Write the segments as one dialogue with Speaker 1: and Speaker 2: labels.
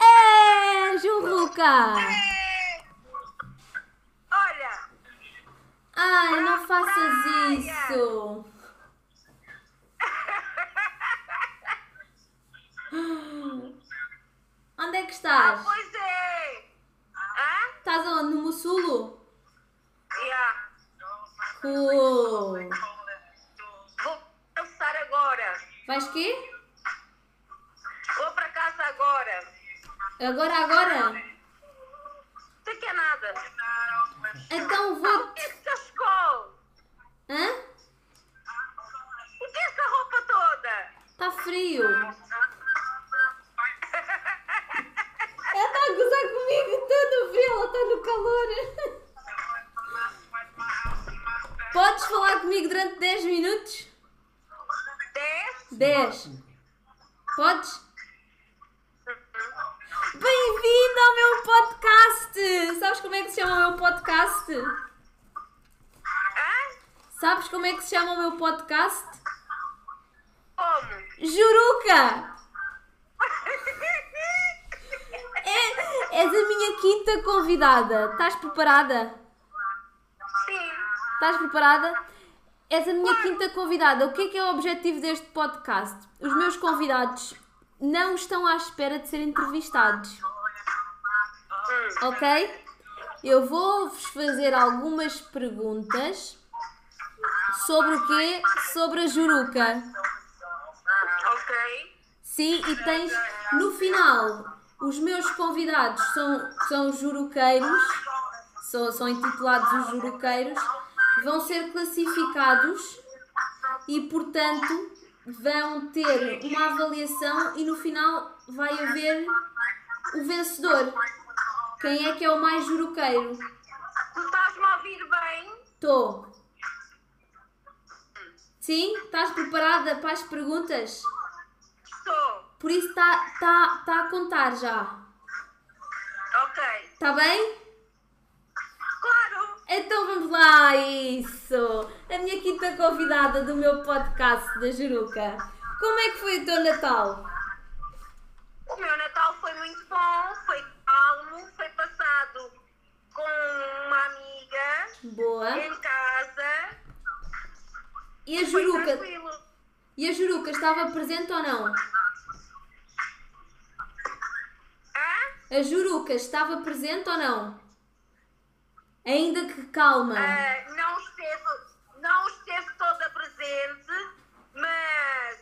Speaker 1: É, Eva!
Speaker 2: É, Olha,
Speaker 1: Ai, não faças isso! Onde é
Speaker 2: ah,
Speaker 1: que estás?
Speaker 2: pois é. Hã?
Speaker 1: Estás aonde? No Mussulo?
Speaker 2: Yeah.
Speaker 1: Oh.
Speaker 2: Vou almoçar agora.
Speaker 1: Vais quê?
Speaker 2: Vou para casa agora.
Speaker 1: Agora, agora?
Speaker 2: Tu quer nada?
Speaker 1: Então
Speaker 2: Ah,
Speaker 1: vou...
Speaker 2: o que é que cascou?
Speaker 1: Hã?
Speaker 2: O que é essa roupa toda?
Speaker 1: Está Tá frio! Ela está tá a gozar comigo, todo frio, ela está no calor! Podes falar comigo durante 10 minutos?
Speaker 2: Dez?
Speaker 1: 10. Podes? Bem-vindo ao meu podcast! Sabes como é que se chama o meu podcast?
Speaker 2: Hã?
Speaker 1: Sabes como é que se chama o meu podcast?
Speaker 2: Como?
Speaker 1: Juruca! É, és a minha quinta convidada. Estás preparada?
Speaker 2: Sim.
Speaker 1: Estás preparada? És a minha quinta convidada. O que é que é o objetivo deste podcast? Os meus convidados não estão à espera de ser entrevistados.
Speaker 2: Hum.
Speaker 1: Ok? Eu vou-vos fazer algumas perguntas sobre o quê? Sobre a juruca.
Speaker 2: Ok.
Speaker 1: Sim, e tens no final. Os meus convidados são, são os juruqueiros, são, são intitulados os juruqueiros, vão ser classificados e, portanto, vão ter uma avaliação e no final vai haver o vencedor. Quem é que é o mais juruqueiro?
Speaker 2: Tu estás-me a ouvir bem?
Speaker 1: Estou. Sim? Estás preparada para as perguntas?
Speaker 2: Estou.
Speaker 1: Por isso está tá, tá a contar já.
Speaker 2: Ok.
Speaker 1: Tá bem?
Speaker 2: Claro.
Speaker 1: Então vamos lá, isso! A minha quinta convidada do meu podcast da Juruca. Como é que foi o teu Natal?
Speaker 2: O meu Natal foi muito bom, foi calmo, foi passado com uma amiga
Speaker 1: Boa.
Speaker 2: em casa.
Speaker 1: E a
Speaker 2: Foi
Speaker 1: Juruca?
Speaker 2: tranquilo.
Speaker 1: E a Juruca estava presente ou não?
Speaker 2: Hã?
Speaker 1: A Juruca estava presente ou não? Ainda que calma.
Speaker 2: Ah, não, esteve, não esteve toda presente, mas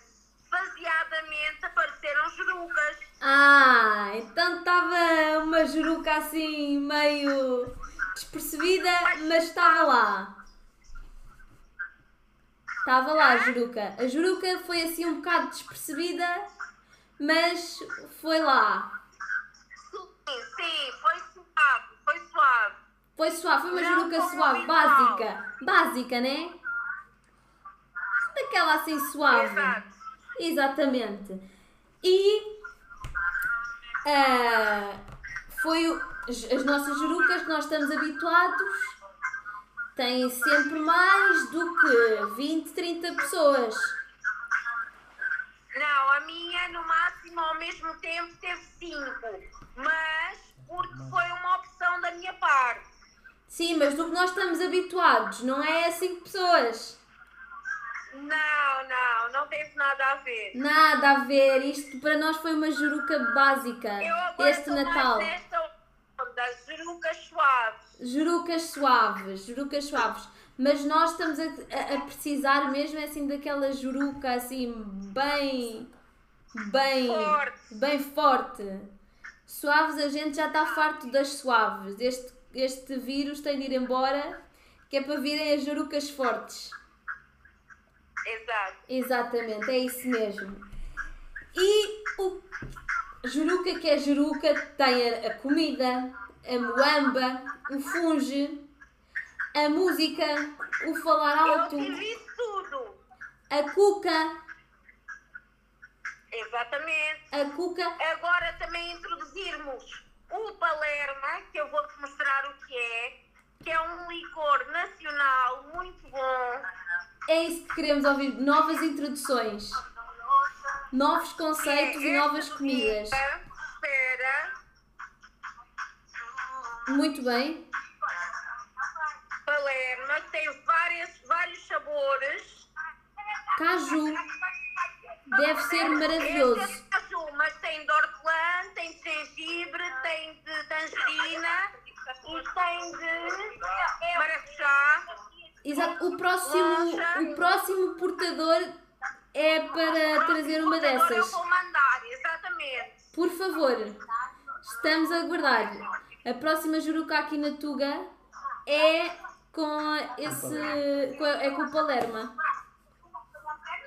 Speaker 2: faseadamente apareceram jurucas.
Speaker 1: Ah, então estava uma Juruca assim meio despercebida, mas estava lá. Estava lá a Juruca. A Juruca foi assim um bocado despercebida, mas foi lá.
Speaker 2: Sim, sim, foi suave, foi suave.
Speaker 1: Foi suave, foi uma
Speaker 2: Não
Speaker 1: Juruca
Speaker 2: como
Speaker 1: suave,
Speaker 2: habitual.
Speaker 1: básica. Básica, né? Daquela assim suave.
Speaker 2: Exato.
Speaker 1: Exatamente. E ah, foi o- as as nossas jurucas que nós estamos habituados têm sempre mais do que 20, 30 pessoas.
Speaker 2: Não, a minha no máximo ao mesmo tempo teve cinco, mas porque foi uma opção da minha parte.
Speaker 1: Sim, mas do que nós estamos habituados, não é 5 pessoas.
Speaker 2: Não, não, não teve nada a ver.
Speaker 1: Nada a ver, isto para nós foi uma juruca básica
Speaker 2: Eu agora
Speaker 1: este
Speaker 2: estou mais
Speaker 1: Natal.
Speaker 2: nesta onda, jurucas suaves.
Speaker 1: Jurucas suaves, jurucas suaves. Mas nós estamos a, a- a precisar mesmo assim daquela juruca assim bem, bem,
Speaker 2: Forte.
Speaker 1: bem forte. Suaves a gente já está farto das suaves. Este, este vírus tem de ir embora, que é para virem as jurucas fortes.
Speaker 2: Exato.
Speaker 1: Exatamente, é isso mesmo. E o juruca que é juruca tem a, a comida, a moamba, o funge, a música, o falar
Speaker 2: Eu
Speaker 1: alto,
Speaker 2: tive isso tudo.
Speaker 1: a cuca,
Speaker 2: Exatamente.
Speaker 1: a cuca.
Speaker 2: Agora também introduzirmos o Palerma, que eu vou-te mostrar o que é, que é um licor nacional muito bom.
Speaker 1: É isso que queremos ouvir, novas introduções, novos conceitos
Speaker 2: É
Speaker 1: e novas
Speaker 2: esta
Speaker 1: comidas.
Speaker 2: bebida, Espera.
Speaker 1: Muito bem.
Speaker 2: Palerma tem várias, vários sabores.
Speaker 1: Caju. Deve ser
Speaker 2: Esse
Speaker 1: É maravilhoso.
Speaker 2: é azul, mas tem de hortelã, tem de gengibre, tem de tangerina e tem de maracujá.
Speaker 1: Exato. O próximo, o próximo portador é para trazer uma
Speaker 2: Agora Ah, eu
Speaker 1: dessas.
Speaker 2: vou mandar, exatamente.
Speaker 1: Por favor, estamos a aguardar. A próxima Juruca aqui na Tuga é com esse. com- é com o Palerma.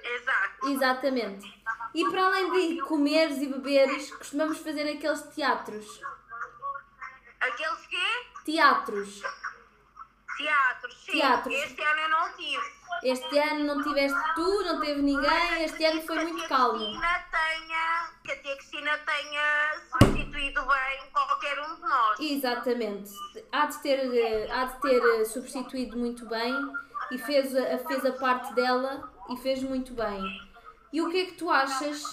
Speaker 2: Exato.
Speaker 1: Exatamente. E para além de comeres e beberes, costumamos fazer aqueles teatros.
Speaker 2: Aqueles quê?
Speaker 1: Teatros.
Speaker 2: Teatro, sim.
Speaker 1: Teatro.
Speaker 2: Este ano eu não tive.
Speaker 1: Este ano não tiveste tu, não teve ninguém, este ano foi muito calmo.
Speaker 2: Que a Tia Cristina tenha, que a tia Cristina tenha substituído bem qualquer um de nós.
Speaker 1: Exatamente. Há de ter, eh, há de ter eh, substituído muito bem e fez a, fez a parte dela e fez muito bem. E o que é que tu achas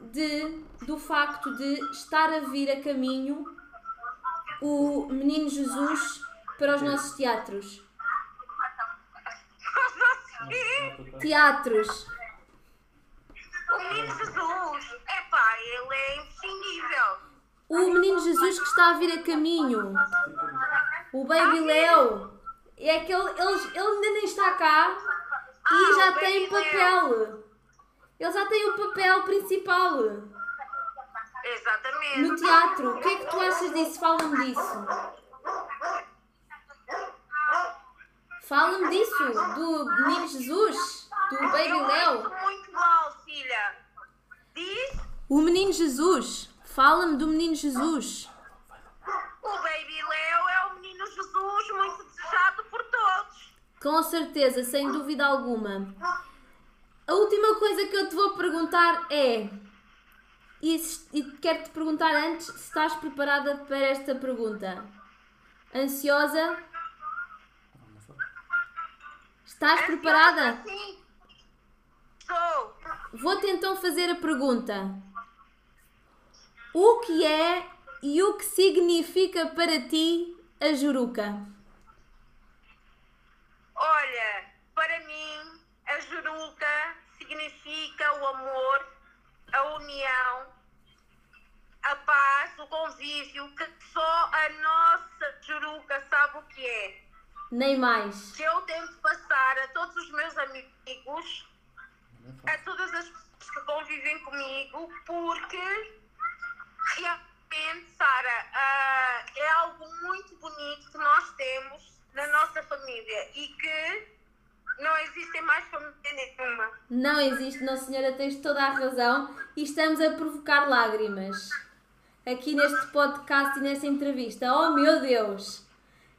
Speaker 1: de, do facto de estar a vir a caminho o Menino Jesus para os nossos teatros? Teatros!
Speaker 2: O menino Jesus, epá, ele é imprescindível.
Speaker 1: O Menino Jesus que está a vir a caminho. O Baby Leo. É que ele, eles- ele ainda nem está cá e
Speaker 2: Ah,
Speaker 1: já
Speaker 2: o
Speaker 1: tem
Speaker 2: Baby
Speaker 1: papel. Ele já tem o papel principal
Speaker 2: Exatamente.
Speaker 1: no teatro. O que é que tu achas disso? Fala-me disso. Fala-me disso, do Menino Jesus, do Baby
Speaker 2: Eu
Speaker 1: Leo.
Speaker 2: acho muito mal, filha. Diz,
Speaker 1: O Menino Jesus. Fala-me do Menino Jesus.
Speaker 2: o Baby Leo é o menino Jesus muito desejado por todos.
Speaker 1: Com certeza, sem dúvida alguma. A última coisa que eu te vou perguntar é. E, se- e quero te perguntar antes se estás preparada para esta pergunta. Ansiosa? Estás preparada?
Speaker 2: Sim. É assim. Sou.
Speaker 1: Vou-te então fazer a pergunta. O que é e o que significa para ti a Juruca?
Speaker 2: Olha, para mim, a juruca significa o amor, a união, a paz, o convívio, que só a nossa juruca sabe o que é.
Speaker 1: Nem mais.
Speaker 2: Que eu tento passar a todos os meus amigos, a todas as pessoas que convivem comigo, porque realmente, Sara, ah, é algo muito bonito que nós temos na nossa família e que não existe em mais família nenhuma.
Speaker 1: Não existe, não senhora, tens toda a razão e estamos a provocar lágrimas aqui neste podcast e nesta entrevista. Oh meu Deus!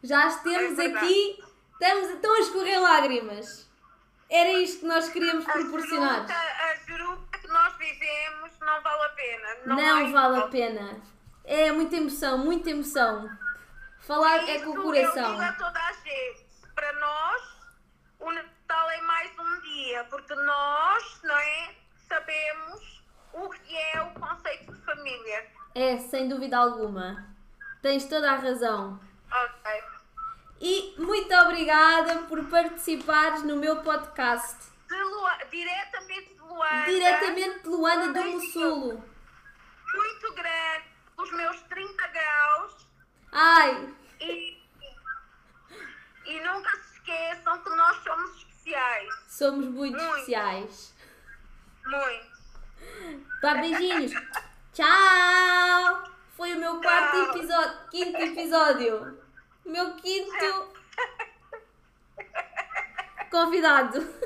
Speaker 1: Já
Speaker 2: É
Speaker 1: estamos
Speaker 2: verdade.
Speaker 1: aqui, estamos, estão a escorrer lágrimas. Era isto que nós queríamos
Speaker 2: A
Speaker 1: proporcionar.
Speaker 2: juruca, a juruca que nós vivemos não vale a pena. Não,
Speaker 1: Não
Speaker 2: há
Speaker 1: vale a
Speaker 2: igual.
Speaker 1: pena. É muita emoção, muita emoção. Falar é com
Speaker 2: Isso
Speaker 1: o
Speaker 2: Eu
Speaker 1: coração.
Speaker 2: digo a toda a gente, para nós, o Natal é mais um dia, porque nós, não é, sabemos o que é o conceito de família.
Speaker 1: É, sem dúvida alguma. Tens toda a razão.
Speaker 2: Ok.
Speaker 1: E muito obrigada por participares no meu podcast.
Speaker 2: De Lua- diretamente de Luanda.
Speaker 1: Diretamente de Luanda do Mussulo.
Speaker 2: Muito grande, os meus 30 graus.
Speaker 1: Ai,
Speaker 2: E, e nunca se esqueçam que nós somos especiais.
Speaker 1: somos muito
Speaker 2: Muito.
Speaker 1: especiais.
Speaker 2: Muito.
Speaker 1: Tá, beijinhos. Tchau. Foi o meu quarto
Speaker 2: Tchau.
Speaker 1: episódio. Quinto episódio. Meu quinto. Convidado.